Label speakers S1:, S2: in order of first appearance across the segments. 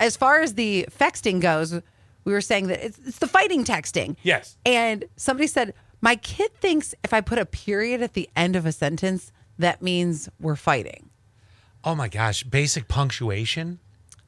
S1: as far as the fexting goes, we were saying that it's, it's the fighting texting.
S2: Yes.
S1: And somebody said, My kid thinks if I put a period at the end of a sentence, that means we're fighting.
S2: Oh my gosh, basic punctuation.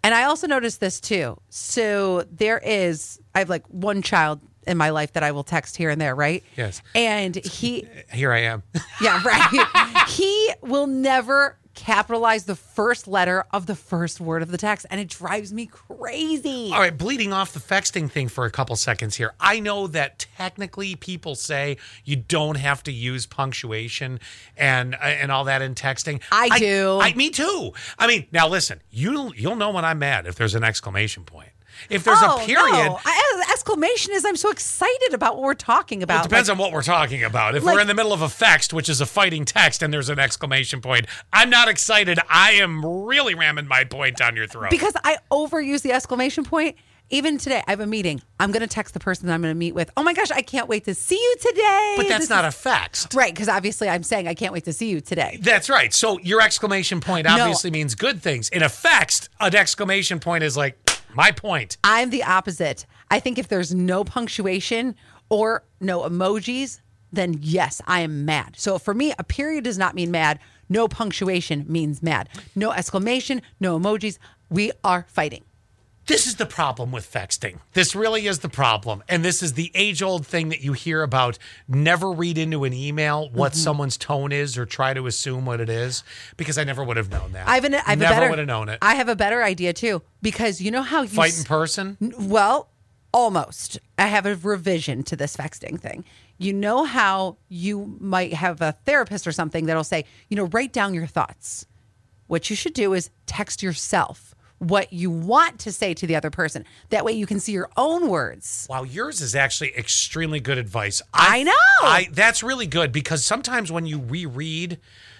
S1: And I also noticed this too. So there is, I have like one child in my life that I will text here and there, right?
S2: Yes.
S1: And he,
S2: Here I am.
S1: yeah, right. he will never capitalize the first letter of the first word of the text. And it drives me crazy.
S2: All right, bleeding off the fexting thing for a couple seconds here. I know that technically people say you don't have to use punctuation and and all that in texting.
S1: I do.
S2: I, me too. I mean, now listen, you you'll know when I'm mad if there's an exclamation point. If there's
S1: oh,
S2: a period,
S1: No. I, exclamation is I'm so excited about what we're talking about.
S2: it depends
S1: Like,
S2: on what we're talking about. If
S1: like-
S2: we're in the middle of a fext, which is a fighting text, and there's an exclamation point, I'm not excited. I am really ramming my point down your throat.
S1: because I overuse the exclamation point. Even today, I have a meeting. I'm going to text the person that I'm going to meet with. Oh my gosh, I can't wait to see you today.
S2: but that's
S1: This
S2: not
S1: is-
S2: a fext.
S1: right because obviously I'm saying I can't wait to see you today.
S2: That's right. So your exclamation point obviously means good things. In effect, an exclamation point is like my point.
S1: I'm the opposite. I think if there's no punctuation or no emojis, then yes, I am mad. So for me, a period does not mean mad. No punctuation means mad. No exclamation, no emojis. We are fighting.
S2: This is the problem with texting. This really is the problem. And this is the age old thing that you hear about never read into an email what
S1: Mm-hmm.
S2: someone's tone is or try to assume what it is because I never would have known that.
S1: I've an, I've
S2: never
S1: a better,
S2: would have known it.
S1: I have a better idea too because you know how you
S2: Fight
S1: s-
S2: in person?
S1: well, almost. I have a revision to this texting thing. You know how you might have a therapist or something that'll say, you know, write down your thoughts. What you should do is text yourself what you want to say to the other person. That way you can see your own words.
S2: Wow, yours is actually extremely good advice.
S1: I know.
S2: I that's really good because sometimes when you reread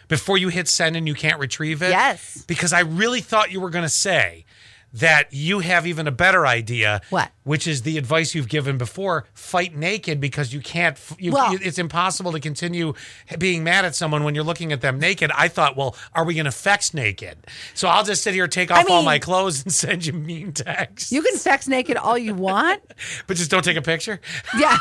S2: before you hit send and you can't retrieve it.
S1: Yes.
S2: Because I really thought you were going to say that you have even a better idea.
S1: What?
S2: Which is the advice you've given before: fight naked because you can't. f- You,
S1: Well-
S2: you- it's impossible to continue being mad at someone when you're looking at them naked. I thought, well, are we going to fex naked? So I'll just sit here, take off all
S1: mean-
S2: my clothes, and send you mean texts,
S1: You can sex naked all you want.
S2: but just don't take a picture.
S1: Yeah.